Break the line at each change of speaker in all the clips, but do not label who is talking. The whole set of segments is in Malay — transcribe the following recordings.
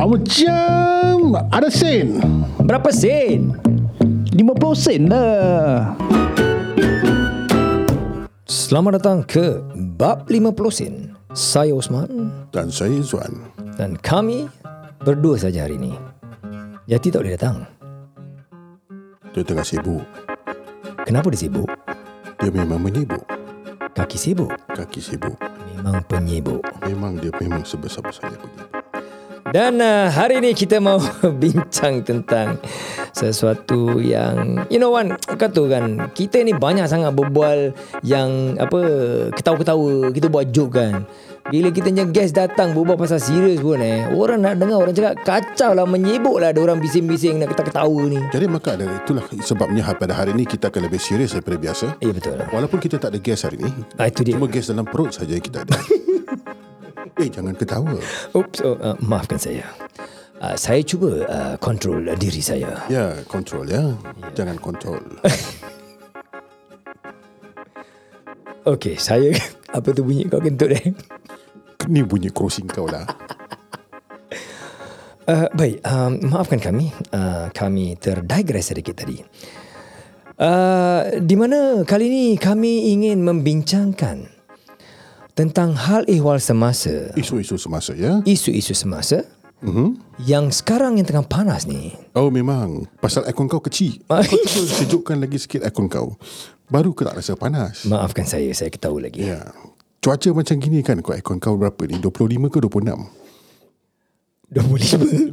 Ah, Macam ada sen.
Berapa sen? 50 sen lah. Selamat datang ke Bab 50 Sen. Saya Osman
Dan saya Zuan.
dan kami berdua saja hari ini. Yati tak boleh datang.
Dia tengah sibuk.
Kenapa dia sibuk?
Dia memang menyibuk.
Kaki sibuk.
Kaki sibuk.
Memang penyibuk.
Memang dia memang sebesar saya begitu.
Dan uh, hari ini kita mau bincang tentang sesuatu yang you know Wan, kau tahu kan kita ni banyak sangat berbual yang apa ketawa-ketawa, kita buat joke kan. Bila kita punya guest datang berbual pasal serius pun eh, orang nak dengar orang cakap kacau lah, menyibuk lah ada orang bising-bising nak ketawa-ketawa ni.
Jadi maka ada itulah sebabnya ha- pada hari ini kita akan lebih serius daripada biasa.
Ya betul lah.
Walaupun kita tak ada gas hari ini.
Ah, itu dia.
Cuma gas dalam perut saja yang kita ada. eh jangan ketawa.
Oops, oh, uh, maafkan saya. Uh, saya cuba uh, kontrol uh, diri saya.
Ya, kontrol ya. Jangan kontrol.
Okey, saya apa tu bunyi kau kentut eh?
Ni bunyi crossing kau lah.
Uh, baik, um, maafkan kami. Uh, kami terdigress sedikit tadi. Uh, di mana kali ini kami ingin membincangkan tentang hal ehwal semasa,
Isu-isu semasa ya.
isu-isu semasa mm-hmm. yang sekarang yang tengah panas ni.
Oh memang Pasal aircon kau kecil Kau cuba sejukkan lagi sikit aircon kau Baru kau tak rasa panas
Maafkan saya, saya ketahui lagi. Yeah.
Ya Cuaca macam gini kan Kau aircon kau berapa ni 25 ke 26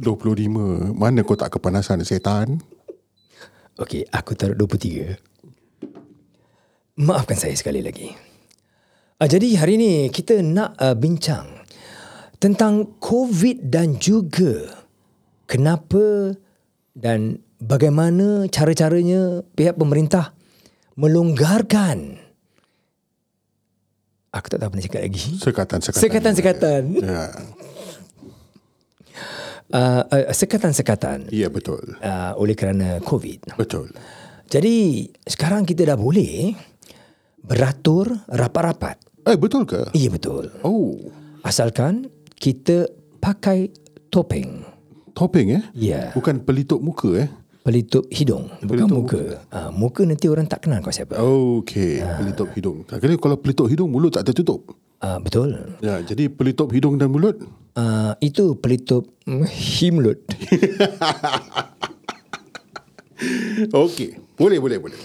25.
25 Mana kau tak kepanasan setan
Okey, aku taruh 23. Maafkan saya sekali lagi. Uh, jadi hari ini kita nak uh, bincang tentang COVID dan juga kenapa dan bagaimana cara-caranya pihak pemerintah melonggarkan aku tak tahu apa nak cakap lagi.
Sekatan-sekatan
Sekatan-sekatan.
Ya
Uh, uh, sekatan-sekatan
Ya betul
uh, oleh kerana COVID.
Betul
Jadi sekarang kita dah boleh beratur rapat-rapat.
Eh betul ke
Iya betul.
Oh
Asalkan kita pakai topeng.
Topeng eh
Ya.
Bukan pelitup muka eh
Pelitup hidung, bukan muka. Ah, muka nanti orang tak kenal kau siapa.
Okey, pelitup hidung. Kali kalau pelitup hidung mulut tak tertutup.
Ah, betul.
Ya, jadi pelitup hidung dan mulut.
Ah, itu pelitup mm, himlut.
Okey, boleh boleh boleh.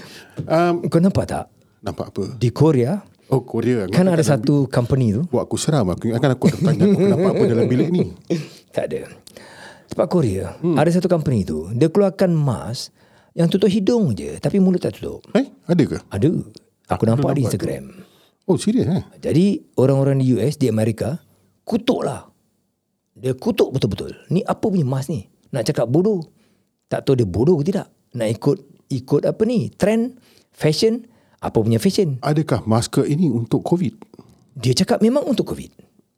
Um,
Kau nampak tak?
nampak apa?
Di Korea
Oh Korea
kan ada satu company tu.
Buat aku seram Aku ingatkan aku ada tanya Aku nampak apa dalam bilik ni
Tak ada. Tempat Korea, ada satu company tu, dia keluarkan mask yang tutup hidung je tapi mulut tak tutup.
Eh ada ke
Ada. Aku nampak di Instagram.
Oh serius eh
Jadi orang-orang di US, di Amerika, kutuk lah. Dia kutuk betul-betul. Ni apa punya mas ni? Nak cakap bodoh. Tak tahu dia bodoh ke tidak. Nak ikut ikut apa ni? Trend, fashion, apa punya fashion.
Adakah masker ini untuk COVID
Dia cakap memang untuk COVID.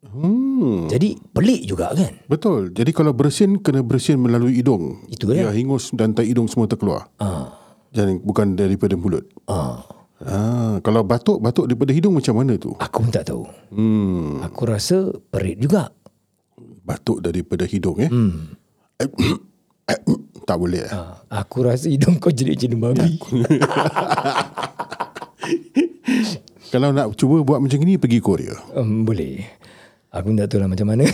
Hmm
Jadi pelik juga kan?
Betul Jadi kalau bersin Kena bersin melalui hidung
Itu
Ya
dia.
hingus dan tai hidung semua terkeluar
Ah,
Jadi bukan daripada mulut
ah.
Ah, Kalau batuk Batuk daripada hidung macam mana tu
Aku pun tak tahu.
Hmm
Aku rasa perit juga.
Batuk daripada hidung eh hmm. tak boleh eh.
Ah, aku rasa hidung kau jadi jenis babi.
Kalau nak cuba buat macam ni Pergi Korea
Um, boleh. Aku pun tak tahu lah macam mana.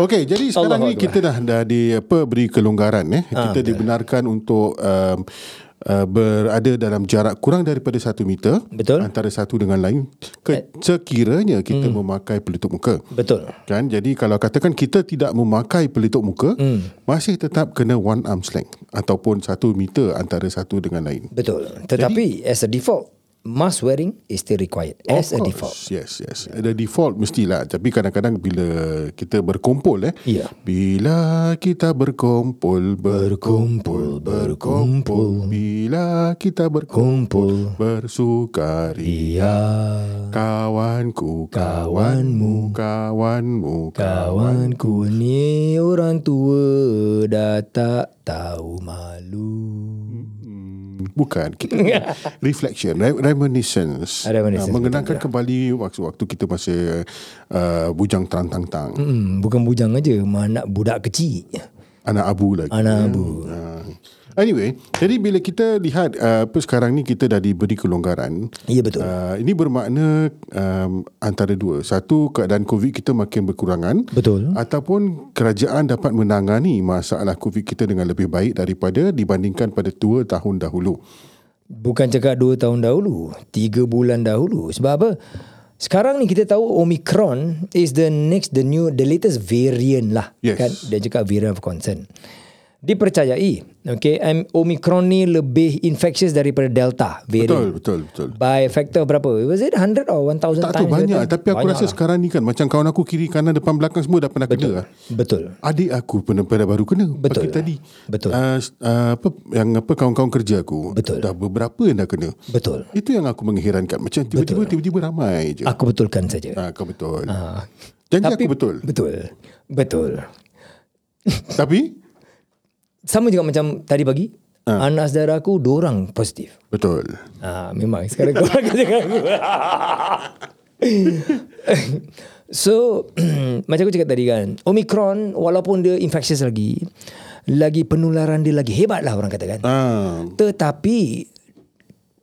Okey, jadi sekarang
Allahu
ni kita dah dah di apa beri kelonggaran eh.
Ah,
Kita
ya,
dibenarkan untuk um, uh, berada dalam jarak kurang daripada satu meter
Betul. Eh. Hmm.
antara satu dengan lain ke, sekiranya kita memakai pelitup muka.
Betul.
Kan? Jadi kalau katakan kita tidak memakai pelitup muka,
Hmm.
masih tetap kena one arm length ataupun satu meter antara satu dengan lain.
Betul. Tetapi Jadi, as a default, mask wearing is still required as a
Of
default.
course, Yes, yes. Ada default mestilah. Tapi kadang-kadang bila kita berkumpul eh.
Ya.
Bila kita berkumpul, berkumpul,
Berkumpul,
berkumpul. Bila kita berkumpul,
Kumpul
bersukaria.
dia
Kawanku, kawanmu, kawanmu,
kawanku ni orang tua dah tak tahu malu.
kawanmu. Bukan. Kita reflection, re- reminiscence.
Ah, reminiscence,
Ah, mengenangkan kembali waktu, waktu kita masih uh, bujang terantang-tang.
Hmm, bukan bujang aja, anak budak kecil.
Anak abu lagi.
Anak abu.
Ah. Anyway, jadi bila kita lihat uh, apa sekarang ni kita dah diberi kelonggaran.
Ya betul.
Uh, ini bermakna um, antara dua. Satu, keadaan COVID kita makin berkurangan.
Betul.
Ataupun kerajaan dapat menangani masalah COVID kita dengan lebih baik daripada dibandingkan pada dua tahun dahulu.
Bukan cakap dua tahun dahulu, tiga bulan dahulu. Sebab apa? Sekarang ni kita tahu Omicron is the next, the new, the latest variant lah.
Yes.
Kan? Dia cakap variant of concern. Dipercayai, okay, um, Omicron ni lebih infectious daripada Delta variant.
Betul, betul, betul.
By factor berapa? Was it 100 or 1000
Tak
times?
tahu banyak
kata?
tapi aku
Banyak
rasa
lah.
sekarang ni kan macam kawan aku kiri kanan depan belakang semua dah pernah Betul. kena. lah.
Betul.
Adik aku pernah, pernah baru kena
Betul.
pagi tadi.
Betul.
Uh, uh, apa yang apa kawan-kawan kerja aku
Betul.
dah beberapa yang dah kena.
Betul.
Itu yang aku mengherankan macam tiba-tiba tiba-tiba ramai je.
Aku betulkan saja.
Ah, kau betul.
Ha.
Janji aku betul.
Betul. Betul.
Tapi
Sama juga macam tadi pagi.
Ah.
Anak saudara aku dua orang positif.
betul.
Ah, memang sekarang kau orang kerja dengan aku. so macam aku cakap tadi kan, Omicron walaupun dia infectious lagi, lagi penularan dia lagi hebat lah orang kata kan.
Ah,
Tetapi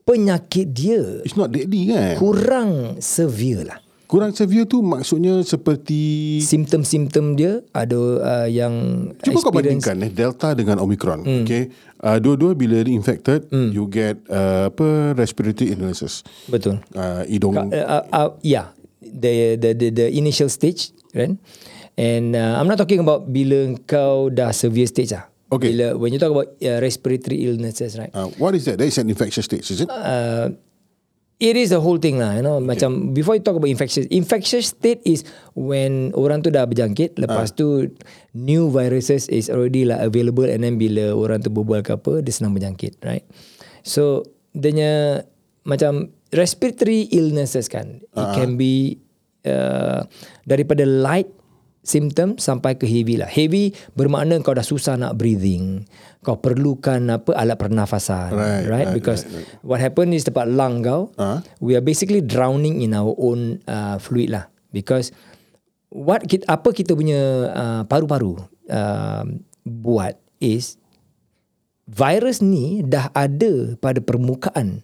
penyakit dia
it's not deadly kan.
kurang severe lah.
Kurang severe tu maksudnya seperti
Simptom-simptom dia ada uh, yang
Cuba kau
experience-
bandingkan eh, Delta dengan Omicron. Mm. Okay. Uh, dua-dua bila infected, mm. you get uh, apa respiratory illnesses.
Betul.
Uh, hidung.
Uh, uh, uh, yeah, the, the the the initial stage, right? And uh, I'm not talking about bila kau dah severe stage lah.
Okay.
Bila when you talk about uh, respiratory illnesses, right?
Uh, what is that? That is an infectious stage, is it?
Uh, it is the whole thing lah, you know. Macam before you talk about infectious, infectious state is when orang tu dah berjangkit,
Ah.
lepas tu new viruses is already lah available, and then bila orang tu berbual ke apa, dia senang berjangkit, right? So, dia punya macam respiratory illnesses kan,
Ah.
it can be uh, daripada light symptom sampai ke heavy lah. Heavy bermakna kau dah susah nak breathing. Kau perlukan apa alat pernafasan.
Right, right,
Because what happened is tempat lung kau,
Ah.
we are basically drowning in our own uh, fluid lah. Because what kita, apa kita punya uh, paru-paru uh, buat is virus ni dah ada pada permukaan.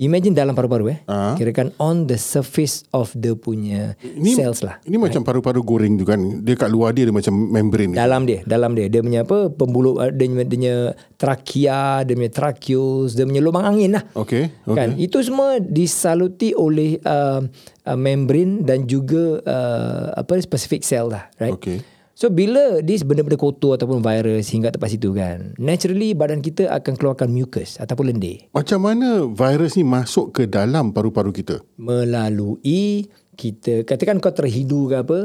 Imagine dalam paru-paru eh.
Ah.
Kirakan on the surface of the punya cells lah.
Ini macam paru-paru goreng tu kan. Dia kat luar dia, dia macam membrane.
Dalam dia, dalam dia. Dia punya apa? Pembuluh uh, dia punya, dia punya trakea, dia punya tracheus, dia punya lubang angin lah.
Okay. okay.
Kan? Itu semua disaluti oleh uh, uh, membran dan juga uh, apa specific cell lah, right?
Okay.
So bila this benda-benda kotor ataupun virus hingga tempat situ kan, naturally badan kita akan keluarkan mucus ataupun lendir
Macam mana virus ni masuk ke dalam paru-paru kita?
melalui kita katakan kau terhidu ke apa,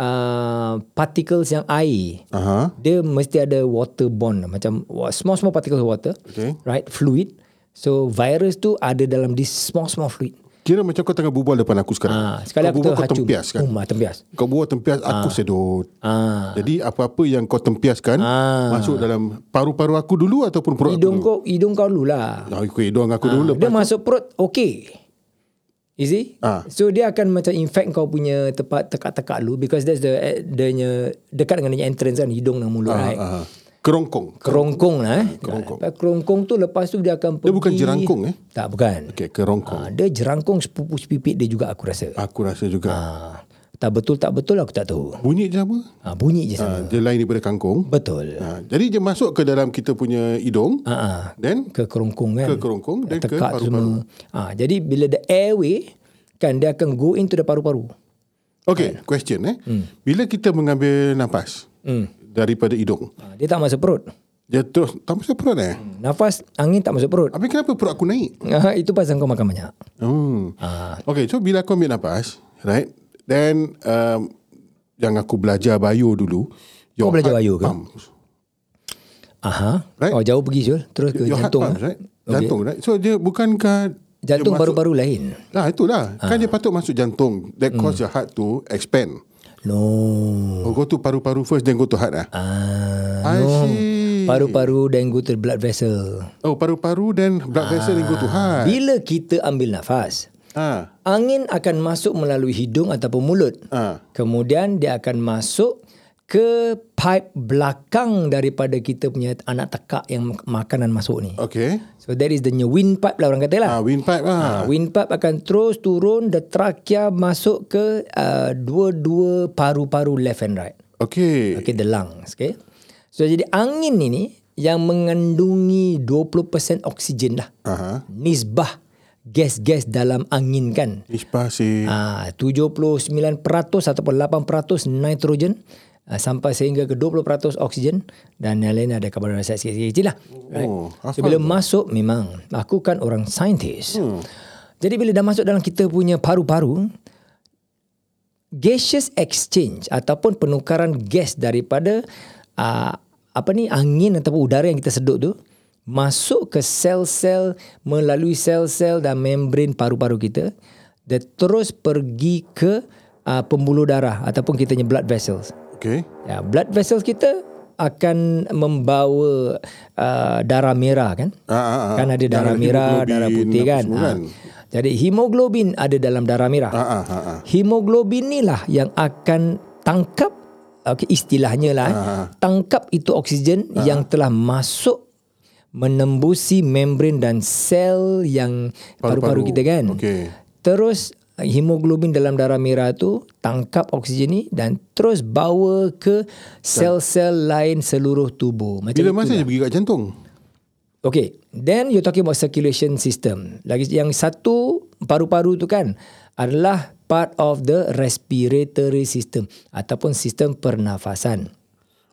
uh, particles yang air
Aha.
dia mesti ada water bond macam small small particles of water
Okay.
right fluid so virus tu ada dalam this small small fluid
Kira macam kau tengah berbual depan aku sekarang.
ah
kau
sekali aku
berbual kau
terhacum
tempias kan?
um, ah, tempias
Kau buat tempias aku sedut.
ah
Jadi apa-apa yang kau tempiaskan
Ah.
masuk dalam paru-paru aku dulu ataupun perut aku
hidung
dulu.
kau hidung kau dulu lah
Ah, Ikut hidung aku dulu
dia
lepas.
masuk perut okey You see?
Ah.
So dia akan macam infect kau punya tempat tekak-tekak lu because that's the eh, the nya- dekat dengan the entrance kan hidung dan mulut right.
Ah, ah. kerongkong.
Kerongkong lah eh. Kerongkong. Kerongkong tu lepas tu dia akan pergi.
Dia bukan jerangkung, eh? Oh.
Tak bukan.
Okey, kerongkong.
Ha, dia jerangkung sepupu sepipit dia juga aku rasa.
Aku rasa juga.
Ha, tak betul tak betul aku tak tahu.
Bunyi dia apa?
Ha, bunyi je sana.
Ah, dia lain daripada kangkung.
Betul.
Ah, jadi dia masuk ke dalam kita punya hidung.
Ha, ha.
Then
Ke kerongkong kan.
Ah. Ke kerongkong, then Hmm, ke
Tekak tu
paru-paru.
semua. Ha, jadi bila the airway kan dia akan go into the paru-paru.
Okay,
Kan.
question eh.
Hmm.
Bila kita mengambil nafas daripada hidung,
Ha, dia tak masuk perut.
dia terus tak masuk perut eh.
Hmm. Nafas angin tak masuk perut.
Habis kenapa perut aku naik?
Ha, itu pasal kau makan banyak.
Hmm.
Ah.
Okay, so bila aku ambil nafas, right? Then um, yang aku belajar bio dulu,
Kau belajar
heart
bio ke?
pumps,
Aha.
Right.
Oh jauh pergi Syul. Terus ke
your heart lah.
jantung. eh?
pumps, right? Jantung, right? So dia bukankah
Jantung paru-paru lain.
Lah itulah
Ah.
Kan dia patut masuk jantung That cause
Hmm.
your heart to expand
No.
Oh go to paru-paru first Then go to heart lah
Ah,
ah. I see Okey.
paru-paru dan go to the blood vessel.
Oh, paru-paru dan blood
Ah.
vessel dan go to heart.
Bila kita ambil nafas,
Ha.
angin akan masuk melalui hidung ataupun mulut.
Ha.
Kemudian dia akan masuk ke pipe belakang daripada kita punya anak tekak yang mak- makanan masuk ni.
Okay.
So that is the new windpipe lah orang kata lah.
Ah, windpipe ah.
Windpipe akan terus turun dan trakea masuk ke uh, dua-dua paru-paru left and right.
Okay.
Okay, the lungs. Okay. So, jadi angin ini yang mengandungi 20% oksigen lah.
Aha.
Nisbah gas-gas dalam angin kan.
Ishbah si.
Ah, 79% ataupun 8% nitrogen ah, sampai sehingga ke 20% oksigen dan yang lain ada karbon dioksida sikit-sikit lah. Right?
Oh,
so, bila masuk memang aku kan orang saintis. Hmm. Jadi bila dah masuk dalam kita punya paru-paru gaseous exchange ataupun penukaran gas daripada uh, apa ni angin ataupun udara yang kita sedut tu masuk ke sel-sel melalui sel-sel dan membran paru-paru kita dan terus pergi ke uh, pembuluh darah ataupun kitanya blood vessels.
Okay.
Ya, blood vessels kita akan membawa uh, darah merah kan?
Ah, ah, ah.
Kan ada darah, merah, darah
hemoglobin,
putih
apa
kan.
semua
Ha. Jadi hemoglobin ada dalam darah merah.
Ah, ah, ah, ah.
Hemoglobin inilah yang akan tangkap okay, istilahnya lah eh,
Ah.
tangkap itu oksigen yang telah masuk menembusi membran dan sel yang paru-paru kita kan.
Okey.
Terus eh, hemoglobin dalam darah merah tu tangkap oksigen ni dan terus bawa ke sel-sel lain seluruh tubuh. Macam
Bila masa dia pergi kat jantung?
Okay, then you talking about circulation system. Lagi yang satu paru-paru tu kan adalah part of the respiratory system ataupun sistem pernafasan.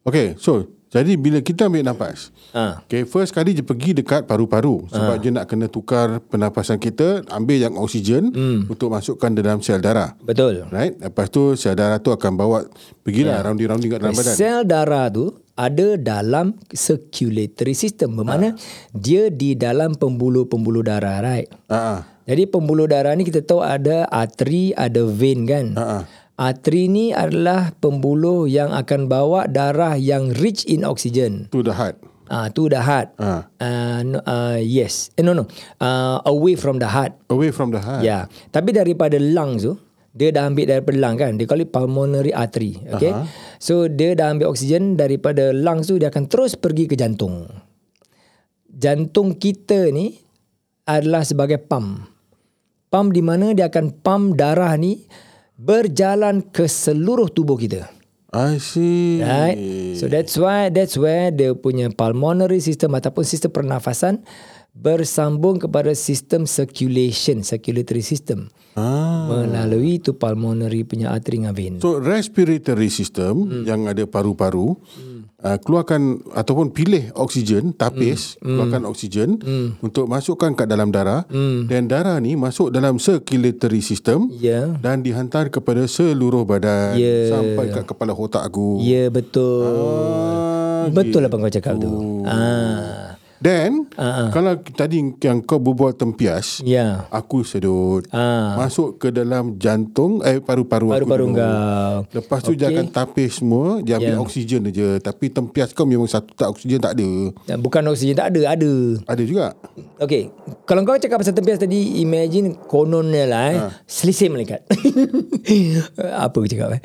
Okay, so jadi bila kita ambil nafas,
Ah.
okay, first kali dia pergi dekat paru-paru sebab
Ha.
dia nak kena tukar pernafasan kita, ambil yang oksigen
Hmm.
untuk masukkan dalam sel darah.
Betul.
Right? Lepas tu sel darah tu akan bawa
Ya.
pergilah yeah. rounding-rounding kat dalam badan.
Sel darah tu ada dalam circulatory system bermakna dia di dalam pembuluh-pembuluh darah right.
Ha ah.
Jadi pembuluh darah ni kita tahu ada arteri, ada vein kan.
Ha-ha.
Arteri ni adalah pembuluh yang akan bawa darah yang rich in oxygen.
To the heart.
Ah, uh, to the heart.
Ah.
Uh, no, uh, yes. Eh, no, no. Uh, away from the heart.
Away from the heart.
Ya. Yeah. Tapi daripada lungs tu, dia dah ambil daripada lung kan. Dia call it pulmonary artery. Okay. Uh-huh. So, dia dah ambil oksigen daripada lungs tu, dia akan terus pergi ke jantung. Jantung kita ni adalah sebagai pam. Pam di mana dia akan pam darah ni berjalan ke seluruh tubuh kita.
I see.
Right. So that's why that's where dia punya pulmonary system ataupun sistem pernafasan bersambung kepada sistem circulation, circulatory system
Ah.
melalui tu pulmonary punya arteri dengan vein.
So respiratory system hmm. yang ada paru-paru hmm. uh, keluarkan ataupun pilih oksigen tapis hmm. keluarkan oksigen hmm. untuk masukkan kat dalam darah hmm. dan darah ni masuk dalam circulatory system
Ya.
dan dihantar kepada seluruh badan
Ya.
sampai kat kepala otak aku.
Ya betul.
Ah, Oh.
Betul apa kau cakap tu. Ah.
Then uh-huh. kalau tadi yang kau berbual tempias
Ya.
aku sedut
Ah.
masuk ke dalam jantung eh paru-paru aku
Paru-paru
dulu.
kau.
Lepas tu okay. dia akan tapis semua Dia ambil
Ya.
yeah. oksigen je Tapi tempias kau memang satu tak oksigen tak ada
Bukan oksigen tak ada, ada.
Ada juga
Okay Kalau kau cakap pasal tempias tadi Imagine kononnya lah eh, ha. Selisih malaikat Apa aku cakap eh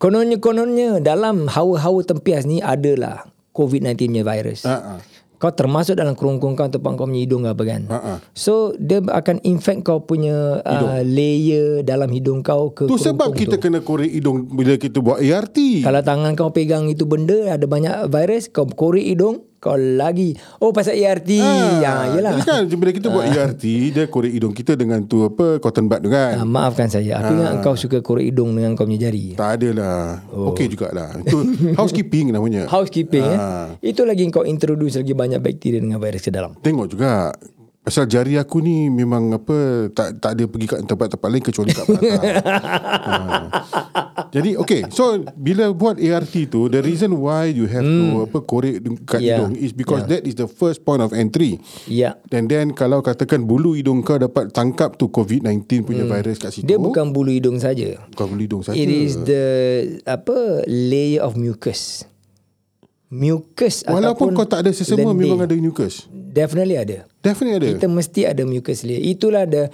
Kononnya-kononnya Dalam hawa-hawa tempias ni Adalah COVID-19 punya virus
Ha, ha.
Kau termasuk dalam kerongkong kau Ataupun kau punya hidung ke apa kan
Ha, ha.
So dia akan infect kau punya uh, Layer dalam hidung kau ke
Tu sebab
kerongkong
kita kena korek hidung Bila kita buat ART
kalau tangan kau pegang itu benda ada banyak virus kau korek hidung kau lagi oh pasal ERT ha, ya Ha. yalah
Jadi kan bila kita buat ART Dia korek hidung kita dengan tu apa Cotton bud tu kan
Ah, maafkan saya. Aku ingat kau suka korek hidung dengan kau punya jari.
Tak ada lah oh. Okey jugalah Itu housekeeping namanya
Housekeeping eh.
Ah.
Itu lagi kau introduce lagi banyak bakteria dengan virus ke dalam.
Tengok juga Pasal jari aku ni memang apa tak tak ada pergi kat tempat-tempat lain kecuali kat Batam. ha. Jadi okay so bila buat ART tu the reason why you have to apa korek kat
Hmm. Yeah.
yeah. hidung is because yeah. that is the first point of entry.
Ya.
And then kalau katakan bulu hidung kau dapat tangkap tu COVID-19 punya virus kat situ.
Hmm. Dia bukan bulu hidung saja.
bukan bulu hidung saja.
It is the apa layer of mucus. mucus
Walaupun
ataupun
kau tak ada sesama
lendir.
memang ada mucus.
Definitely ada.
Definitely ada.
Kita mesti ada mucus layer. Itulah the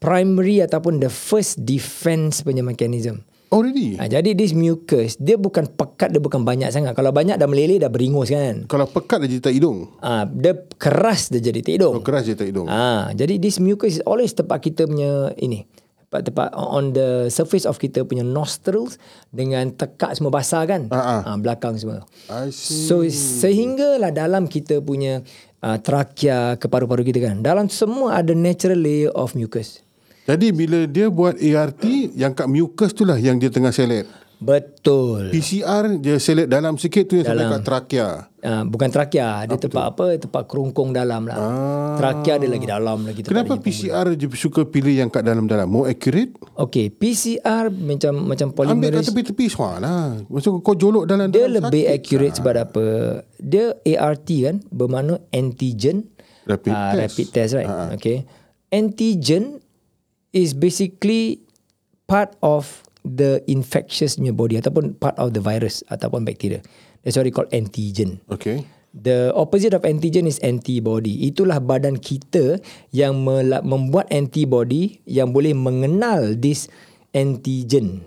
primary ataupun the first defense punya mechanism.
Already.
Ha, jadi this mucus, dia bukan pekat, dia bukan banyak sangat. Kalau banyak dah meleleh, dah beringus kan.
Kalau pekat dia jadi tak hidung.
Ah, dia keras dia jadi
Kalau
tidung.
keras dia tak hidung.
Ah, jadi this mucus is always tempat kita punya ini. Tempat, tempat on the surface of kita punya nostrils dengan tekak semua basah kan.
Ah,
Ah, belakang semua.
I see.
So sehinggalah dalam kita punya uh, trakea ke paru-paru kita kan. Dalam semua ada natural layer of mucus.
Jadi bila dia buat ART, yang kat mucus tu lah yang dia tengah selet.
Betul.
PCR dia selet dalam sikit tu yang sampai kat trakea.
Uh, bukan trakea, dia tempat apa? Tempat kerongkong dalam lah.
Ah.
Trakea dia lagi dalam lagi tempat
Kenapa PCR dia suka pilih yang kat dalam-dalam? More accurate?
Okey, PCR macam macam
Ambil kat
polymerase
tepi-tepi semua lah. Maksud kau jolok dalam Ah.
dia
dalam
lebih accurate sebab apa? Dia ART kan bermakna antigen
Rapid
ah,
test.
rapid test right. Okay. Antigen is basically part of the infectious punya body ataupun part of the virus ataupun bacteria. That's what we call antigen.
Okay.
The opposite of antigen is antibody. Itulah badan kita yang mela- membuat antibody yang boleh mengenal this antigen.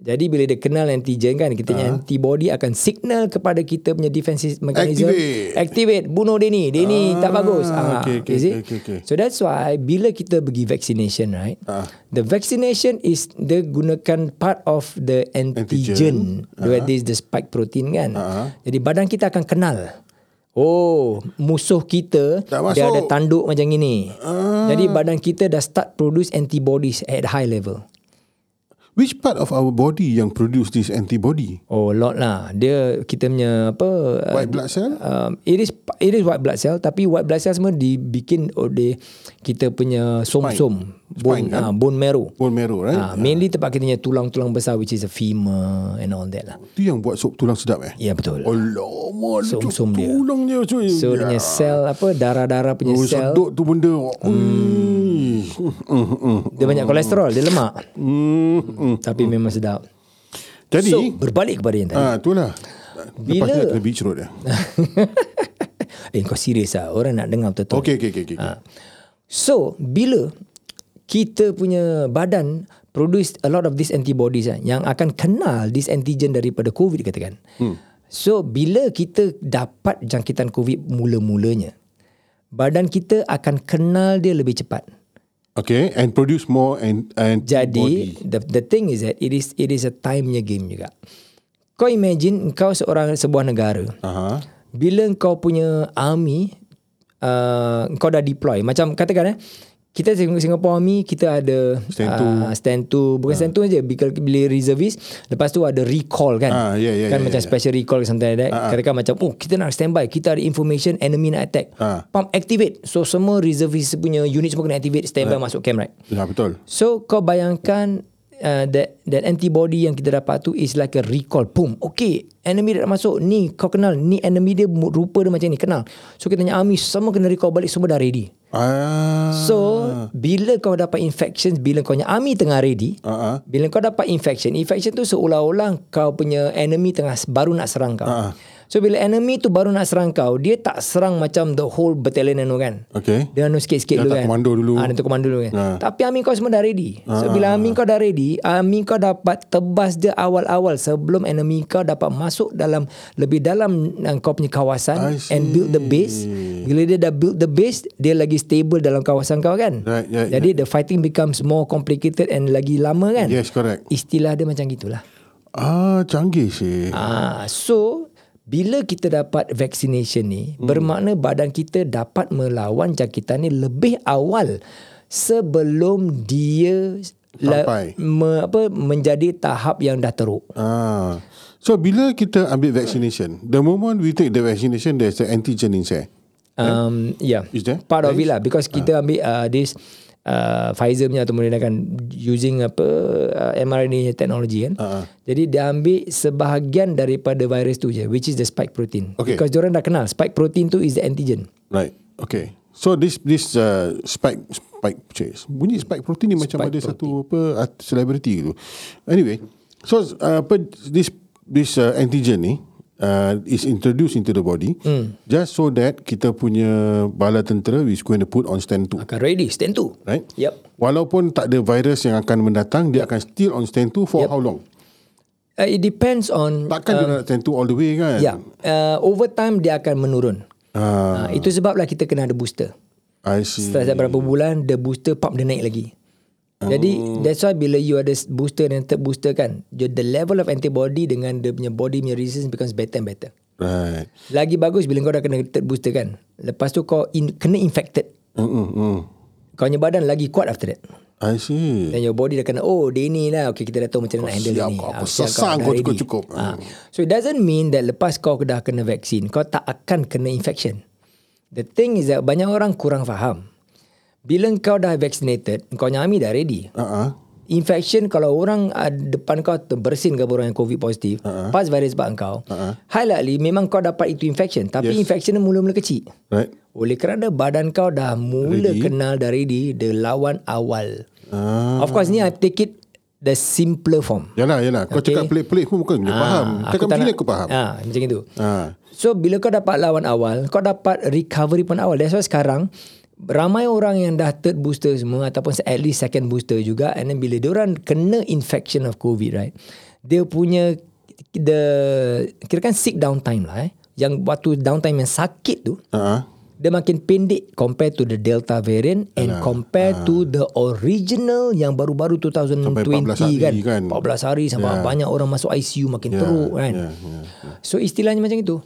Jadi bila dia kenal antigen kan, kita punya antibody akan signal kepada kita punya defensive mechanism.
Activate.
Activate. Bunuh dia ni. Dia ni tak bagus. Ah,
okay, okay,
is it?
okay, okay.
So that's why bila kita pergi vaccination right,
Ah.
the vaccination is dia gunakan part of the antigen, antigen.
Ah.
where this the spike protein kan. Jadi badan kita akan kenal. Oh, musuh kita
Tak masuk.
dia
Ah.
ada tanduk macam ini. Jadi badan kita dah start produce antibodies at high level.
Which part of our body yang produce this antibody?
Oh, lot lah. Dia kita punya apa uh,
White blood cell?
um, it is it is white blood cell tapi white blood cell semua dibikin oleh kita punya som-som bone
Spine, kan?
ah, bone marrow.
Bone marrow, right?
Ah, mainly tempat kita punya tulang-tulang besar which is the femur and all that lah.
Itu yang buat sup tulang sedap eh?
Ya betul.
Alamak, so,
Sum-sum dia.
tulang dia. So,
So dia punya sel apa darah-darah
ya.
punya
Oh,
sel
sedut tu benda. Hmm. Hmm. Hmm.
dia banyak kolesterol, dia lemak. Tapi memang sedap.
Jadi,
so berbalik kepada yang tadi.
ah, itulah.
Bila-
Lepas ni kena beach road dia.
eh kau serius ah? Orang nak dengar betul-betul.
Okey, okey, okey. Okay.
Ah. Ha. So, bila kita punya badan produce a lot of these antibodies kan, yang akan kenal this antigen daripada COVID katakan. Hmm. So, bila kita dapat jangkitan COVID mula-mulanya, badan kita akan kenal dia lebih cepat.
okay, and produce more and and
Jadi, the, the thing is that it is it is a time-nya game juga. Kau imagine kau seorang sebuah negara.
Aha.
Bila kau punya army uh, Kau dah deploy Macam katakan eh Kita Sing- Singapore Army Kita ada
Stand Ah.
to uh, Stand to Bukan stand to je bila, bila reservist Lepas tu ada recall kan
Ah, yeah, yeah,
Kan
yeah,
macam
yeah.
special recall Something like
Ah,
that Katakan macam Oh kita nak standby Kita ada information Enemy nak attack
Ah.
Pump activate So semua reservist punya Unit semua kena activate Standby masuk camp right
Ya, betul.
So kau bayangkan uh, that that antibody yang kita dapat tu is like a recall. Boom. Okay, enemy dia nak masuk. Ni kau kenal. Ni enemy dia mu- rupa dia macam ni. Kenal. So kita tanya army semua kena recall balik semua dah ready.
Ah.
So bila kau dapat infection bila kau punya army tengah ready,
Ah, ah.
bila kau dapat infection, infection tu seolah-olah kau punya enemy tengah baru nak serang kau.
Ah.
So bila enemy tu baru nak serang kau, dia tak serang macam the whole battalion anu kan.
Okay.
Dia anu sikit-sikit
Dia
dulu
letak
kan.
komando dulu.
Ah, dia letak komando dulu kan.
Ha. Ah.
Tapi Amin kau semua dah ready. So bila Amin kau dah ready, Amin kau dapat tebas dia awal-awal sebelum enemy kau dapat masuk dalam lebih dalam uh, kau
I
punya kawasan and
see.
build the base. Bila dia dah build the base, dia lagi stable dalam kawasan kau kan.
Right, right,
Jadi the fighting becomes more complicated and lagi lama kan.
Yes, correct.
Istilah dia macam gitulah.
Ah, canggih sih.
Ah, so bila kita dapat vaccination ni, hmm. bermakna badan kita dapat melawan jangkitan ni lebih awal sebelum dia
Sampai.
me, apa menjadi tahap yang dah teruk.
Ah. So bila kita ambil vaccination, the moment we take the vaccination, there's the antigen inside.
Um, yeah.
Eh? Is Ah. there?
Part of it lah because kita ambil uh, this uh, Pfizer punya atau Moderna kan using apa uh, mRNA technology kan.
Ah, ah.
Jadi dia ambil sebahagian daripada virus tu je which is the spike protein.
Okay.
Because diorang dah kenal spike protein tu is the antigen.
Right. Okay. So this this uh, spike spike chase. Bunyi spike protein ni macam ada satu apa art, celebrity gitu. Anyway, so uh, apa this this uh, antigen ni uh, is introduced into the body
Hmm.
mm. just so that kita punya bala tentera is going to put on stand 2
Akan ready stand tu.
right
Yep.
walaupun tak ada virus yang akan mendatang dia akan still on stand 2 for how long
Uh, it depends on
takkan dia nak stand 2 all the way kan
Um, yeah. Uh, over time dia akan menurun.
Ah, Hmm.
Uh, itu sebablah kita kena ada booster.
I
Uh,
see
Setelah berapa bulan the booster pump dia naik lagi.
Oh.
Jadi that's why bila you ada booster dan third booster kan, your- the level of antibody dengan the punya body punya resistance becomes better and better.
right
Lagi bagus bila kau dah kena third booster kan. Lepas tu kau in, kena infected.
mm -mm. mm.
Kau punya badan lagi kuat after that.
I see
Then your body dah kena Oh dia ni lah Okay kita dah tahu macam mana nak handle
siap
dia ni
kau,
Ah,
aku
siap
sesang
dah
kau
ready.
cukup-cukup.
Ah. So it doesn't mean That lepas kau dah kena vaksin Kau tak akan kena infection The thing is that Banyak orang kurang faham Bila kau dah vaccinated Kau punya army dah ready
uh-huh.
Infection kalau orang uh, depan kau terbersin ke orang yang COVID positif, uh-huh. pas virus bak kau, uh-huh. high likely memang kau dapat itu infection. Tapi yes. infection dia mula-mula kecil.
right
Oleh kerana badan kau dah mula ready. kenal dah ready, dia lawan awal.
ah
Of course ni I take it the simpler form.
Yalah, yalah. Kau
Okay.
okay. cakap pelik-pelik pun bukan dia faham. Cakap
Ah, tak
macam ni
nak-
aku faham.
Ah, macam itu.
Ha.
So bila kau dapat lawan awal, kau dapat recovery pun awal. That's why sekarang ramai orang yang dah third booster semua ataupun at least second booster juga and then bila diorang kena infection of COVID right, dia punya the kira kan sick downtime lah eh. Yang waktu downtime yang sakit tu,
Ha.
dia makin pendek compared to the Delta variant and compared to the original yang baru-baru 2020
Ah. Sampai 14 hari
kan.
kan.
14 hari sampai yeah. banyak orang masuk ICU makin yeah. teruk kan.
Ya,
Yeah.
ya.
So istilahnya macam itu.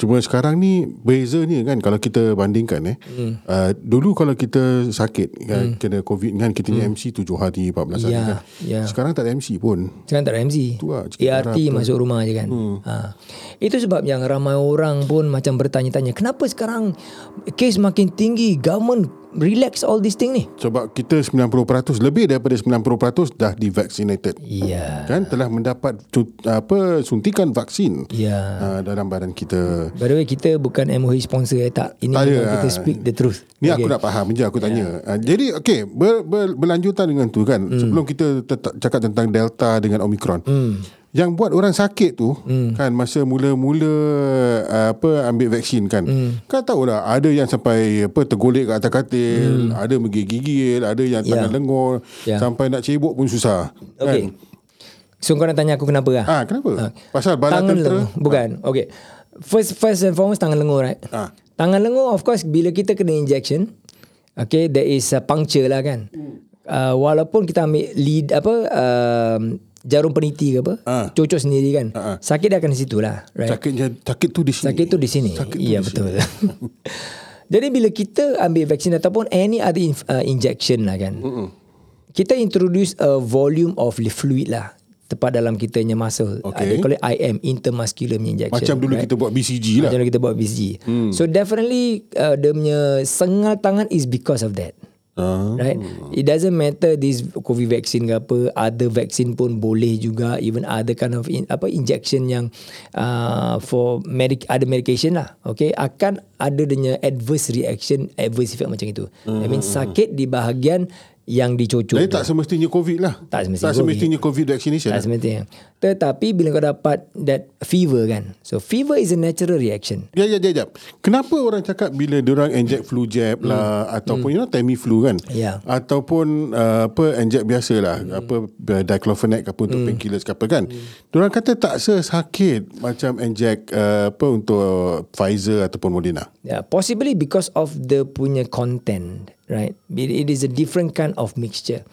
Cuma sekarang ni bezanya kan kalau kita bandingkan eh.
Hmm.
Mm. Uh, dulu kalau kita sakit kan, kena COVID kan kita ni MC 7 hari 14 hari
Hmm. Ya,
kan.
ya.
Sekarang tak ada MC pun.
Sekarang tak ada MZ.
lah, cakap
ART masuk rumah je kan. Hmm. Ha. Itu sebab yang ramai orang pun macam bertanya-tanya, kenapa sekarang kes makin tinggi, government relax all this thing ni?
Sebab kita 90% lebih daripada 90% dah divaccinated.
Ya.
Kan telah mendapat cu- apa suntikan vaksin
Yeah. Ya. Yeah.
uh, dalam badan kita.
By the way, kita bukan MOH sponsor eh tak. Ini
Tak ada,
memang kita
ah.
speak the truth.
Ni okay. aku nak faham je aku tanya.
Ya.
Yeah. Jadi okey ber, ber, berlanjutan dengan tu kan.
Hmm.
Mm. Sebelum kita tetap cakap tentang delta dengan omikron. Mm.
Hmm.
Yang buat orang sakit tu mm. kan masa mula-mula uh, apa ambil vaksin kan.
Hmm.
Mm. Kan tahulah ada yang sampai apa tergolek kat atas katil, mm. ada menggigil, ada yang
Hmm. Ya.
tangan lengur
Ya.
sampai nak cebok pun susah.
Okay.
Kan?
So kau nak tanya aku kenapa lah?
Ah kenapa? Pasal bala
tangan
tentera.
lengur. Bukan. Okay. First first and foremost tangan lengur right?
Ah.
Tangan lengur of course bila kita kena injection, okay there is a puncture lah kan.
Hmm.
Uh, walaupun kita ambil lead apa um, jarum peniti ke apa,
Ah.
cocok sendiri kan.
Ah, ah.
Sakit dia akan di situ lah, right?
Sakitnya sakit tu di sini.
Sakit tu di sini.
Sakit tu
ya
di
betul. Jadi bila kita ambil vaksin ataupun any other inf- uh, injection lah kan. Mm-mm. Kita introduce a volume of li- fluid lah tepat dalam kitanya muscle. Uh,
Okay.
They call it IM intermuscular punya injection.
Macam dulu kita buat BCG lah.
Macam dulu kita buat BCG. Hmm. So definitely uh, dia punya sengal tangan is because of that.
Ah.
Right? It doesn't matter this COVID vaccine ke apa, other vaccine pun boleh juga, even other kind of in, apa injection yang uh, for medic other medication lah. Okay, akan ada denya adverse reaction, adverse effect macam itu. I mean sakit di bahagian yang dicucuk.
Jadi tak semestinya COVID lah.
Tak semestinya
tak semestinya COVID, vaccination. lah.
Tak semestinya. Tetapi bila kau dapat that fever kan. So fever is a natural reaction.
Ya, ya, ya, ya. Kenapa orang cakap bila orang inject flu jab lah ataupun you know Tamiflu kan?
Hmm. Ya. Hmm.
Ataupun uh, apa inject biasa lah, apa uh, diclofenac ke apa untuk painkillers ke apa kan. Orang kata tak sesakit macam inject uh, apa untuk Pfizer ataupun Moderna.
Yeah, possibly because of the punya content, right? It, it is a different kind of mixture.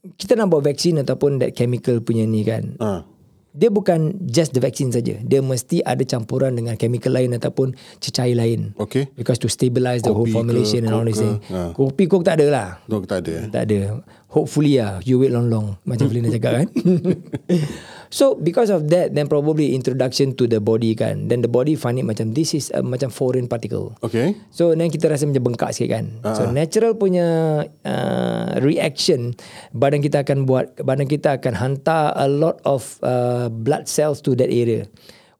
Kita nak buat vaksin ataupun that chemical punya ni kan.
Ha.
Dia bukan just the vaksin saja. Dia mesti ada campuran dengan chemical lain ataupun cecair lain.
Okay.
Because to stabilize the whole
Kopi ke,
formulation and all
Coke
this thing.
ke, ah.
Kopi kok tak ada lah.
Tu tak ada. eh.
Tak ada. Hopefully lah. You wait long long. Macam Felina cakap kan. so because of that. Then probably introduction to the body kan. Then the body find it macam this is uh, macam foreign particle.
Okay.
So then kita rasa macam bengkak sikit kan. Uh-huh.
Ah.
So natural punya uh, reaction badan kita akan buat badan kita akan hantar a lot of uh, blood cells to that area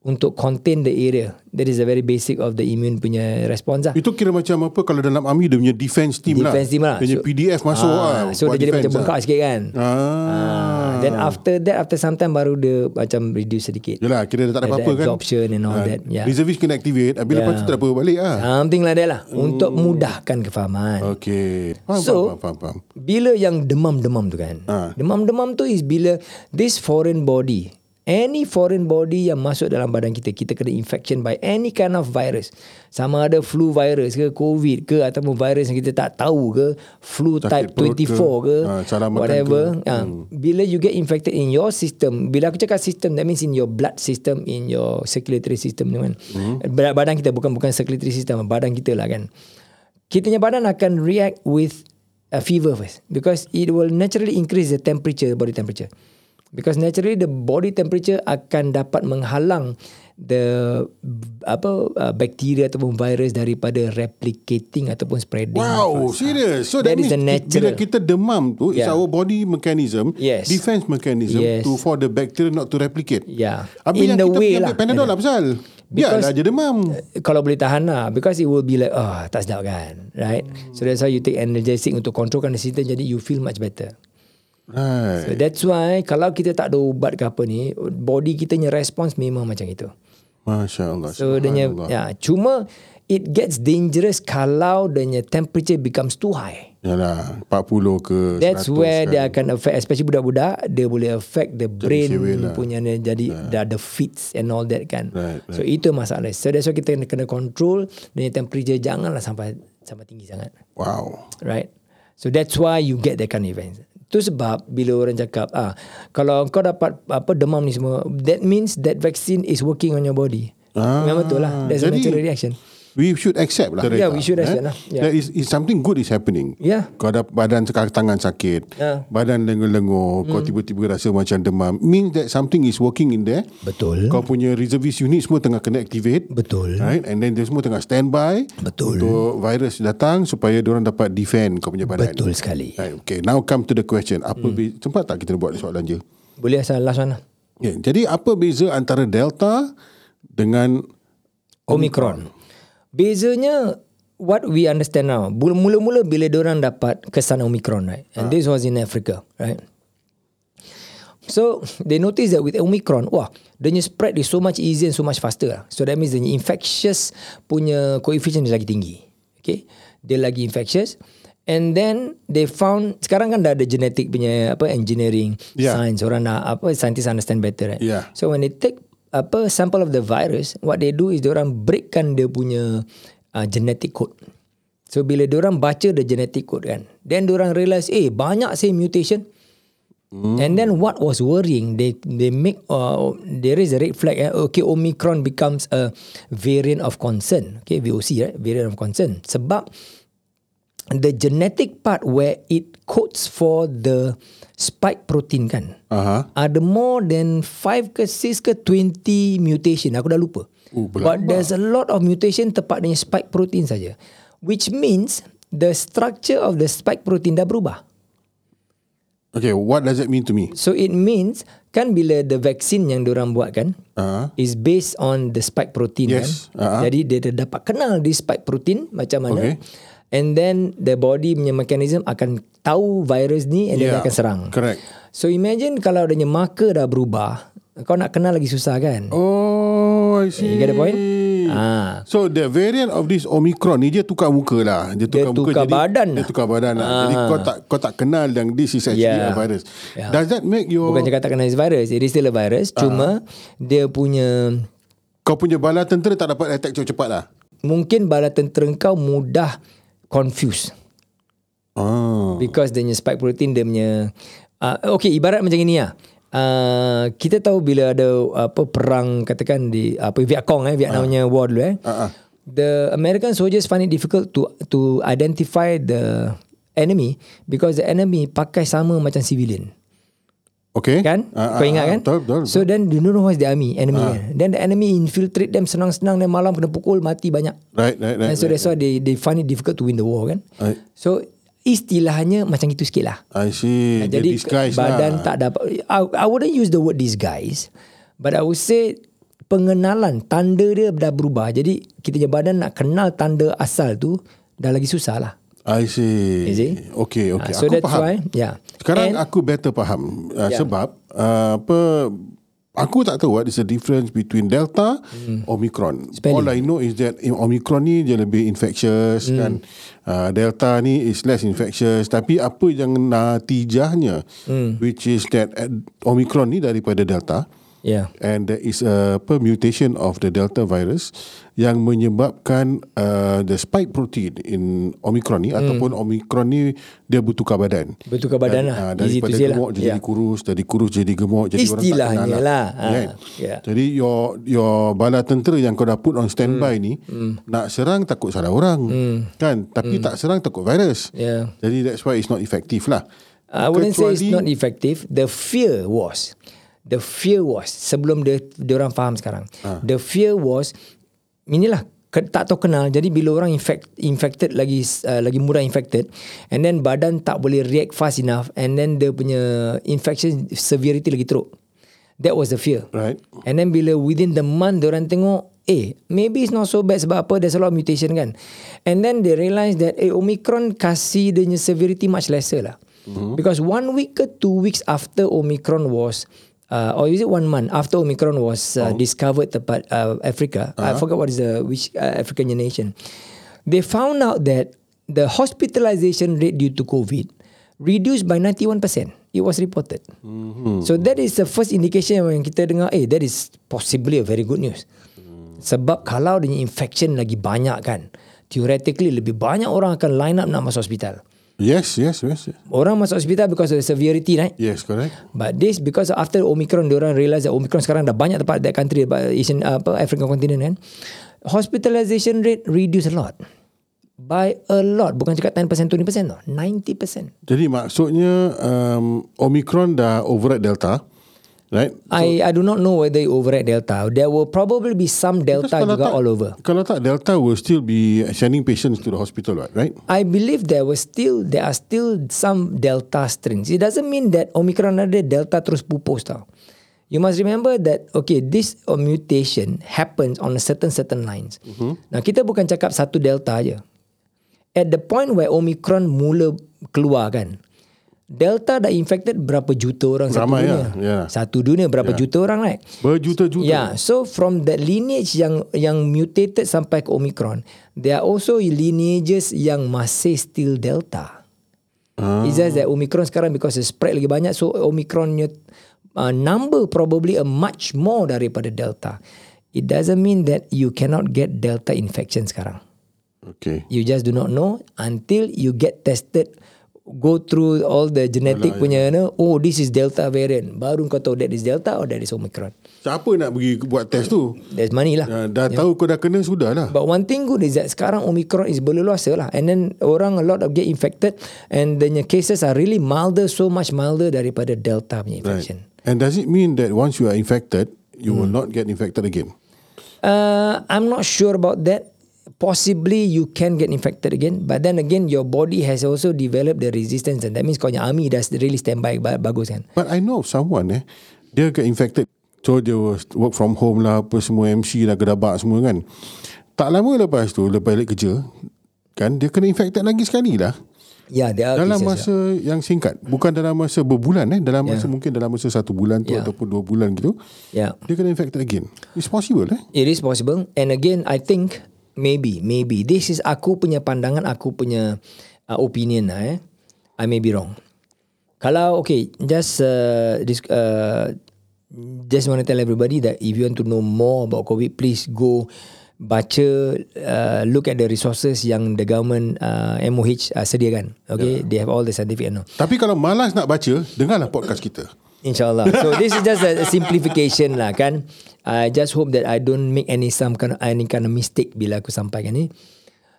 untuk contain the area. That is a very basic of the immune punya response lah.
Itu kira macam apa kalau dalam army dia punya defense team lah.
Defense team lah.
Dia punya
So-
PDF masuk
Ah,
lah.
So
buat
dia jadi macam
defense
bengkak sikit kan.
lah. Ah.
Ah, Then after that After some time Baru dia macam reduce sedikit
Yelah kira dia tak ada
Ada
apa-apa kan.
absorption and all
Ah,
that, yeah.
Reservist kena activate. Habis lepas tu tak ada apa balik lah.
Something like that lah
Oh.
Untuk mudahkan kefahaman
Okay. Faham,
So-
faham, faham, faham.
Bila yang demam-demam tu kan
Ha.
Demam-demam tu is bila This foreign body Any foreign body yang masuk dalam badan kita Kita kena infection by any kind of virus Sama ada flu virus ke Covid ke Ataupun virus yang kita tak tahu ke Flu
Sakit
type
perut
24 ke,
ke, ah, salah makan
Whatever
ke.
Ah, Bila you get infected in your system Bila aku cakap system That means in your blood system In your circulatory system tu kan
Hmm.
Bad- Badan kita bukan bukan circulatory system Badan kita lah kan Kitanya badan akan react with a fever first because it will naturally increase the temperature, body temperature. Because naturally the body temperature akan dapat menghalang the apa uh, bakteria ataupun virus daripada replicating ataupun spreading.
Wow,
fast.
serious. So that,
Ah. That is
means
the natural.
bila kita demam tu, yeah. it's
Yeah.
our body mechanism,
Yes.
defense mechanism
Yes.
to for the bacteria not to replicate.
Yeah.
Habis
Ya. In
yang
the
kita
way
pergi
lah.
ambil Panadol lah pasal.
Because-
Biarlah je demam.
kalau boleh tahan lah because it will be like oh tak sedap kan right so that's why you take energetic untuk controlkan the system jadi you feel much better
Right.
Uh, So that's why kalau kita tak ada ubat ke apa ni, body kita punya response memang macam itu.
Masya Allah.
So dia punya,
Subhanallah.
ya, cuma it gets dangerous kalau dia punya temperature becomes too high.
Yalah, 40 ke
That's
100
where
kan.
dia akan affect especially budak-budak, dia boleh affect the brain
siwil lah.
punya ni, jadi yeah. the fits and all that kan.
Right, right.
So itu masalah. So that's why kita kena, kena control dia punya temperature janganlah sampai sampai tinggi sangat.
Wow.
Right? So that's why you get that kind of events. Itu sebab bila orang cakap ah kalau kau dapat apa demam ni semua that means that vaccine is working on your body.
Ah,
Memang betul lah. That's a
jadi-
natural reaction.
We should accept lah.
Yeah, we should accept lah. Yeah.
That is, is something good is happening.
Yeah.
Kau ada badan sek- tangan sakit,
Yeah. Hmm.
badan lengur-lengur, kau tiba-tiba rasa macam demam. Means that something is working in there.
Betul.
Kau Ah. punya reservist unit semua tengah kena activate.
Betul.
Right? And then dia semua tengah standby
Betul.
untuk virus datang supaya orang dapat defend kau punya badan.
Betul Hmm. sekali.
Right. Okay, now come to the question. Apa be- sempat tak kita buat soalan je?
Boleh asal last one lah.
Yeah. Jadi apa beza antara delta dengan
Omicron. Bezanya what we understand now. Bul- Mula-mula bila orang dapat kesan Omicron right. And this was in Africa right. So they notice that with Omicron, wah, the spread is so much easier and so much faster. lah. So that means the infectious punya coefficient dia lagi tinggi. Okay, dia lagi infectious. And then they found sekarang kan dah ada genetic punya apa engineering
Yeah.
science orang nak apa scientists understand better right.
Yeah.
So when they take apa sample of the virus, what they do is dia orang breakkan dia punya uh, genetic code. So bila dia orang baca the genetic code kan, then dia orang realise eh banyak sih mutation. And then what was worrying, they they make uh, there is a red flag. Eh? Okay, Omicron becomes a variant of concern. Okay, VOC, right? Variant of concern. Sebab the genetic part where it codes for the spike protein kan,
aha?
ada more than 5 ke 6 ke 20 mutation. Aku dah lupa.
Oh,
But there's a lot of mutation tepat dengan spike protein saja. Which means the structure of the spike protein dah berubah.
Okay, what does it mean to me?
So it means kan bila the vaccine yang diorang buat kan
Ah.
is based on the spike protein
Yes,
kan.
ah.
Jadi dia dah dapat kenal di spike protein macam
Okay.
mana. And then the body punya mechanism akan tahu virus ni and then
Yeah,
dia akan serang.
correct.
So imagine kalau adanya marker dah berubah, kau nak kenal lagi susah kan?
Oh, I see.
You get the point?
Oh.
Ah.
So the variant of this Omicron ni dia tukar muka lah. Dia tukar,
Dia tukar
muka,
badan
Jadi, dia
lah.
tukar badan lah. Jadi kau tak kau tak kenal yang this is actually a
Yeah.
virus.
Yeah.
Does that make your
Bukan cakap tak kenal virus, it is still a virus. Cuma dia punya
kau punya bala tentera tak dapat attack cepat-cepat lah?
mungkin bala tentera kau mudah confuse.
Ah.
Because dia punya spike protein dia punya uh, Okay ibarat macam ini lah Uh, kita tahu bila ada apa perang katakan di apa Vietcong eh Vietnam punya war dulu eh
Ah, ah.
the American soldiers find it difficult to to identify the enemy because the enemy pakai sama macam civilian
Okay.
kan
Ah, ah,
kau ingat
ah,
kan
Betul, betul. Ah.
so then you don't know what's the army enemy kan then the enemy infiltrate them senang-senang dan malam kena pukul mati banyak
right, right, right.
and so
right.
that's why they they find it difficult to win the war kan
Right.
so istilahnya macam itu sikit lah
I see.
jadi
Jadi disguise
badan
lah.
tak dapat I, I wouldn't use the word disguise but I would say pengenalan tanda dia dah berubah. Jadi kita punya badan nak kenal tanda asal tu dah lagi susah lah.
I see.
You see?
Okay, okay.
Ah, so
aku
that's
faham.
why, yeah.
Sekarang And, aku better faham. Uh, yeah. Sebab uh, apa aku tak tahu what is the difference between delta mm. omicron.
Spelling.
All I know is that in omicron ni dia lebih infectious mm. kan. Uh, delta ni is less infectious tapi apa yang natijahnya mm. which is that uh, omicron ni daripada delta
Yeah.
and there is a apa, mutation of the delta virus yang menyebabkan uh, the spike protein in omicron ni ataupun omicron ni dia bertukar badan
Bertukar badan
Ah,
lah. Easy
daripada
to say lah.
gemuk jadi
Yeah.
kurus dari kurus jadi gemuk jadi orang tak
Istilahnya
kenal
lah. Ah,
Right?
yeah.
jadi your your bala tentera yang kau dah put on standby
Hmm.
ni nak serang takut salah orang kan tapi
Hmm.
tak serang takut virus
Yeah.
jadi that's why it's not effective lah
Ya. I wouldn't say it's
Kecuali-
not effective. The fear was, the fear was sebelum dia, dia orang faham sekarang. The fear was inilah ke, tak tahu kenal. Jadi bila orang infect, infected lagi uh, lagi mudah infected, and then badan tak boleh react fast enough, and then dia punya infection severity lagi teruk. That was the fear.
right
And then bila within the month orang tengok eh maybe it's not so bad sebab apa there's a lot of mutation kan. And then they realise that eh Omicron kasi dia punya severity much lesser lah. Mm-hmm. Because one week ke two weeks after Omicron was Uh, or is it one month after Omicron was uh, oh. discovered tempat uh, Africa? Uh-huh. I forgot what is the which uh, African nation. They found out that the hospitalization rate due to COVID reduced by 91%. It was reported. Mm-hmm. So that is the first indication when kita dengar, eh, that is possibly a very good news. Sebab kalau dia punya infection lagi banyak kan, theoretically lebih banyak orang akan line up nak masuk hospital.
yes yes yes
Orang masuk hospital because of the severity, right?
yes correct
But this because after Omicron, orang realise that Omicron sekarang dah banyak tempat that country, but Asian, apa, African continent kan. Hospitalization rate reduce a lot. By a lot. Bukan cakap 10%, 20% tau. 90%.
Jadi maksudnya um, Omicron dah override Delta, right?
I I do not know whether you override Delta. There will probably be some Delta juga all over.
Kalau tak Delta will still be sending patients to the hospital, what, right?
I believe there was still there are still some Delta strains. It doesn't mean that Omicron ada Delta terus pupus tau. You must remember that okay this uh, mutation happens on a certain certain lines.
Mhm.
Mm-hmm. Nah kita bukan cakap satu Delta aja. At the point where Omicron mula keluar kan. Delta dah infected berapa juta orang
Ramai
satu dunia.
lah, Ya. yeah.
Satu dunia berapa yeah. juta orang right?
Berjuta-juta.
Yeah, so from that lineage yang yang mutated sampai ke Omicron, there are also lineages yang masih still Delta.
Ah.
It's just that Omicron sekarang because it spread lagi banyak, so Omicron punya uh, number probably a much more daripada Delta. It doesn't mean that you cannot get Delta infection sekarang.
Okay.
You just do not know until you get tested, go through all the genetic punya, you know, oh this is Delta variant. Baru kau tahu that is Delta or that is Omicron.
Siapa nak pergi buat test tu?
There's money lah.
Uh, dah tahu kau dah kena sudah lah.
But one thing good is that sekarang Omicron is berleluasa lah. And then orang a lot of get infected and the cases are really milder, so much milder daripada Delta punya infection.
And does it mean that once you are infected, you will not get infected again?
Uh, I'm not sure about that. Possibly you can get infected again, but then again your body has also developed the resistance, and that means kau punya army dah really standby ba- bagus kan.
But I know of someone eh, dia get infected. So dia was work from home lah, apa semua MC lah, gedabak semua kan. Tak lama lepas tu, lepas balik kerja, kan dia kena infected lagi sekali lah.
Yeah, there are
Dalam
cases.
masa
lah.
yang singkat. Bukan dalam masa berbulan eh. Dalam masa yeah. mungkin dalam masa satu bulan tu
Yeah.
yeah. ataupun dua bulan gitu.
Yeah.
Dia kena infected again. It's possible eh.
It is possible. And again, I think maybe, maybe this is aku punya pandangan, aku punya uh, opinion lah eh. I may be wrong. Kalau okay, just uh, this, uh, just want to tell everybody that if you want to know more about COVID, please go baca uh, look at the resources yang the government uh, MOH uh, sediakan. Okay, yeah. they have all the scientific and all.
Tapi kalau malas nak baca, dengarlah podcast kita.
InsyaAllah. So this is just a, a simplification lah kan. I just hope that I don't make any some kind of, any kind of mistake bila aku sampaikan ni.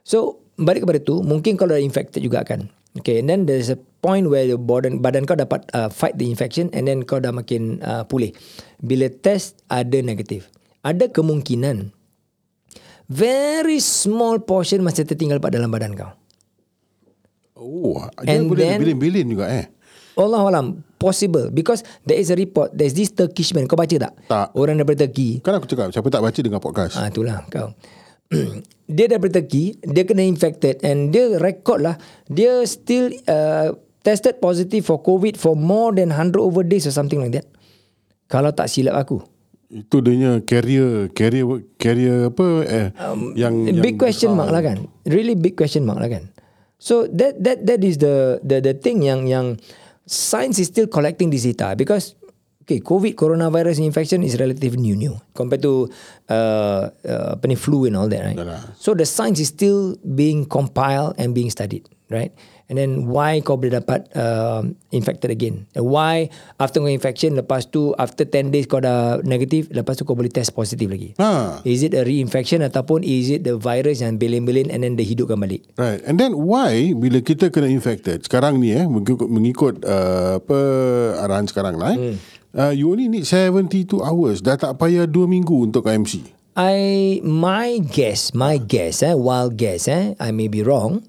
So balik kepada tu, mungkin kalau dah infected juga kan. Okay, and then there's a point where your badan, badan kau dapat uh, fight the infection and then kau dah makin uh, pulih. Bila test ada negatif. Ada kemungkinan very small portion masih tertinggal pada dalam badan kau.
Oh, dia
And
boleh
then-
bilin-bilin juga eh.
Allah alam possible because there is a report there's this Turkish man kau baca tak
Tak.
orang daripada Turkey
Kan aku cakap siapa tak baca dengar podcast.
ah itulah kau dia daripada Turkey dia kena infected and dia record lah dia still uh, tested positive for COVID for more than 100 over days or something like that kalau tak silap aku
Itu dia punya carrier carrier carrier apa eh yang
Um, big
yang
question mark lah kan really big question mark lah kan so that that that is the the the thing yang yang science is still collecting this data because okay covid coronavirus infection is relatively new new compared to uh, uh, apa ni flu and all that right
Yalah.
so the science is still being compiled and being studied right and then why kau boleh dapat uh, infected again and why after kau infection lepas tu after 10 days kau dah negative lepas tu kau boleh test positif lagi
Ha.
Ah. Is it a reinfection ataupun is it the virus yang belin-belin and then dia hidupkan balik?
Right. And then why bila kita kena infected sekarang ni eh mengikut, mengikut uh, apa arahan sekarang lah eh. Hmm. Uh, you only need 72 hours. Dah tak payah 2 minggu untuk IMC.
I my guess, my guess, eh, wild guess, eh, I may be wrong,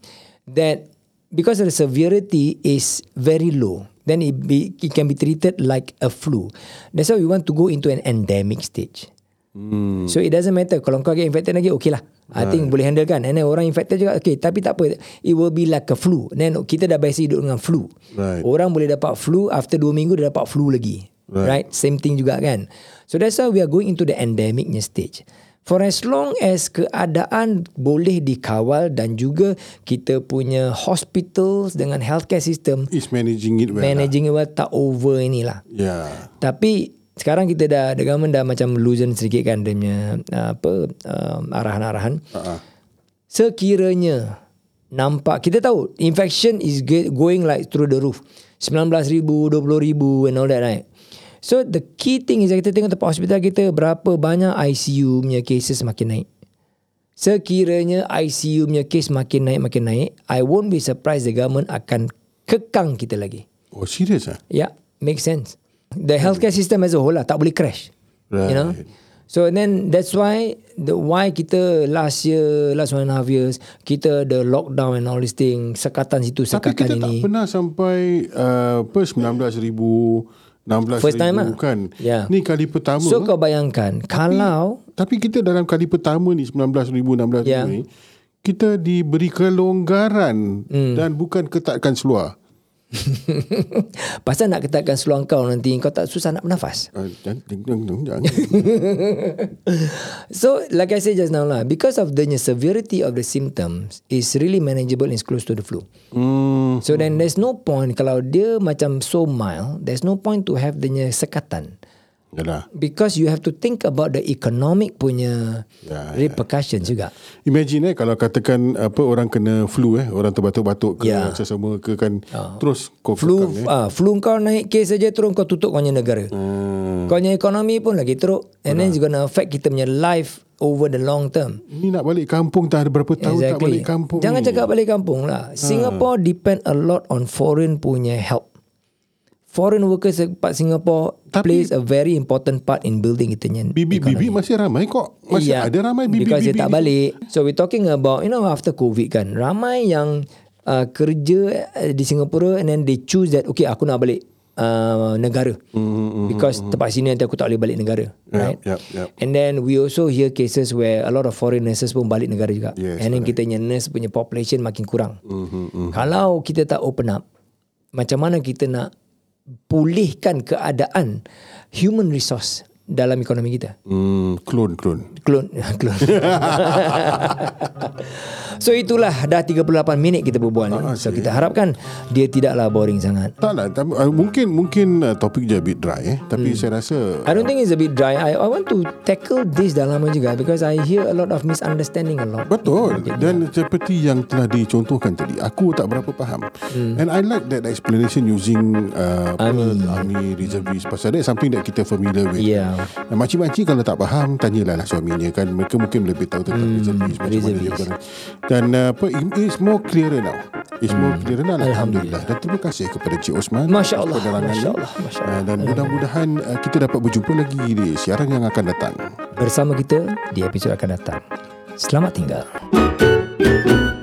that because the severity is very low, then it be it can be treated like a flu. That's why we want to go into an endemic stage. Hmm. So it doesn't matter Kalau kau get infected lagi Okay lah I think boleh handle kan And then orang infected juga Okay tapi tak apa It will be like a flu Then kita dah biasa hidup dengan flu
Right.
Orang boleh dapat flu After 2 minggu Dia dapat flu lagi right. right Same thing juga kan So that's why we are going into the endemicnya stage For as long as keadaan boleh dikawal dan juga kita punya hospitals dengan healthcare system
Is managing it well. lah.
managing it well tak over inilah.
Yeah.
Tapi sekarang kita dah the government dah macam loosen sedikit kan dia punya uh, apa um, arahan-arahan.
Uh-huh.
Sekiranya nampak kita tahu infection is ge- going like through the roof. 19,000, 20,000 and all that right. So the key thing is kita tengok tempat hospital kita berapa banyak ICU punya cases makin naik. Sekiranya ICU punya case makin naik makin naik, I won't be surprised the government akan kekang kita lagi.
Oh serious ah.
Yeah, makes sense. The healthcare system as a whole lah tak boleh crash. Right. You know.
Right.
So then that's why the why kita last year, last one and a half years, kita the lockdown and all these thing, sekatan situ,
Tapi kita
sekatan
tak
ini.
pernah sampai uh, apa 19,000 16,000
First time lah.
kan.
Yeah.
Ni kali pertama.
So kau bayangkan kalau
Tapi kita dalam kali pertama ni 19,000 16,000
Ya.
ni kita diberi kelonggaran
Hmm.
dan bukan ketatkan seluar.
pasal nak ketatkan seluar kau nanti kau tak susah nak bernafas.
Uh, jangan, jangan, jangan.
So like I said just now lah, because of the severity of the symptoms is really manageable and is close to the flu.
hmm,
So then there's no point kalau dia macam so mild, there's no point to have the sekatan.
yalah.
Because you have to think about the economic punya
Ya,
repercussions juga.
Imagine eh kalau katakan apa orang kena flu eh, orang terbatuk-batuk ke
Ya. Ah.
sesama ke kan terus kau
Flu
kekang, eh.
ah, flu kau naik kes saja terus kau tutup kau punya negara.
Hmm.
Kau punya ekonomi pun lagi teruk and then it's gonna affect kita punya life over the long term.
Ni nak balik kampung dah ada berapa tahun tak balik kampung.
Jangan
ni.
cakap balik kampung lah. Singapore depend a lot on foreign punya help. Foreign workers dekat Singapore
Tapi-
plays a very important part in building kita punya
Bibi-bibi masih ramai kok. Masih
Yeah,
ada ramai bibi-bibi.
Because dia tak
ni.
balik So we're talking about You know after COVID kan Ramai yang uh, Kerja uh, di Singapura And then they choose that Okay aku nak balik uh, Negara
Hmm,
mm-hmm, Because tempat sini nanti aku tak boleh balik negara Right
yup, yup.
And then we also hear cases Where a lot of foreign nurses pun Balik negara juga
Yes, Hmm,
And then kita punya nurse punya population Makin kurang mm-hmm, Kalau kita tak open up Macam mana kita nak Pulihkan keadaan Human resource Dalam ekonomi kita
Hmm, klon klon.
Clone Clone So itulah Dah 38 minit kita berbual
Ah,
ni So kita harapkan Dia tidaklah boring sangat
Tak lah, tapi, uh, mungkin mungkin uh, topik dia a bit dry eh,
Hmm.
tapi saya rasa
I don't think it's a bit dry I, I want to tackle this dah lama juga Because I hear a lot of misunderstanding a lot
betul dan seperti yang telah dicontohkan tadi, aku tak berapa faham.
Hmm.
And I like that explanation using uh, Ami Ami reservist pasal that's something that kita familiar with.
Yeah
Dan Makcik-makcik kalau tak faham Tanyalah lah suaminya kan Mereka mungkin lebih tahu Tentang hmm, reservis Macam mana dia
reservis.
berada. Dan uh, apa it- It's more clearer now It's more clearer now Alhamdulillah Dan terima kasih kepada Cik Osman
Hmm. Masya Allah,
penerangannya.
Masya Allah, Masya
Uh, Dan mudah-mudahan uh, Kita dapat berjumpa lagi Di siaran yang akan datang
Bersama kita Di episod akan datang Selamat tinggal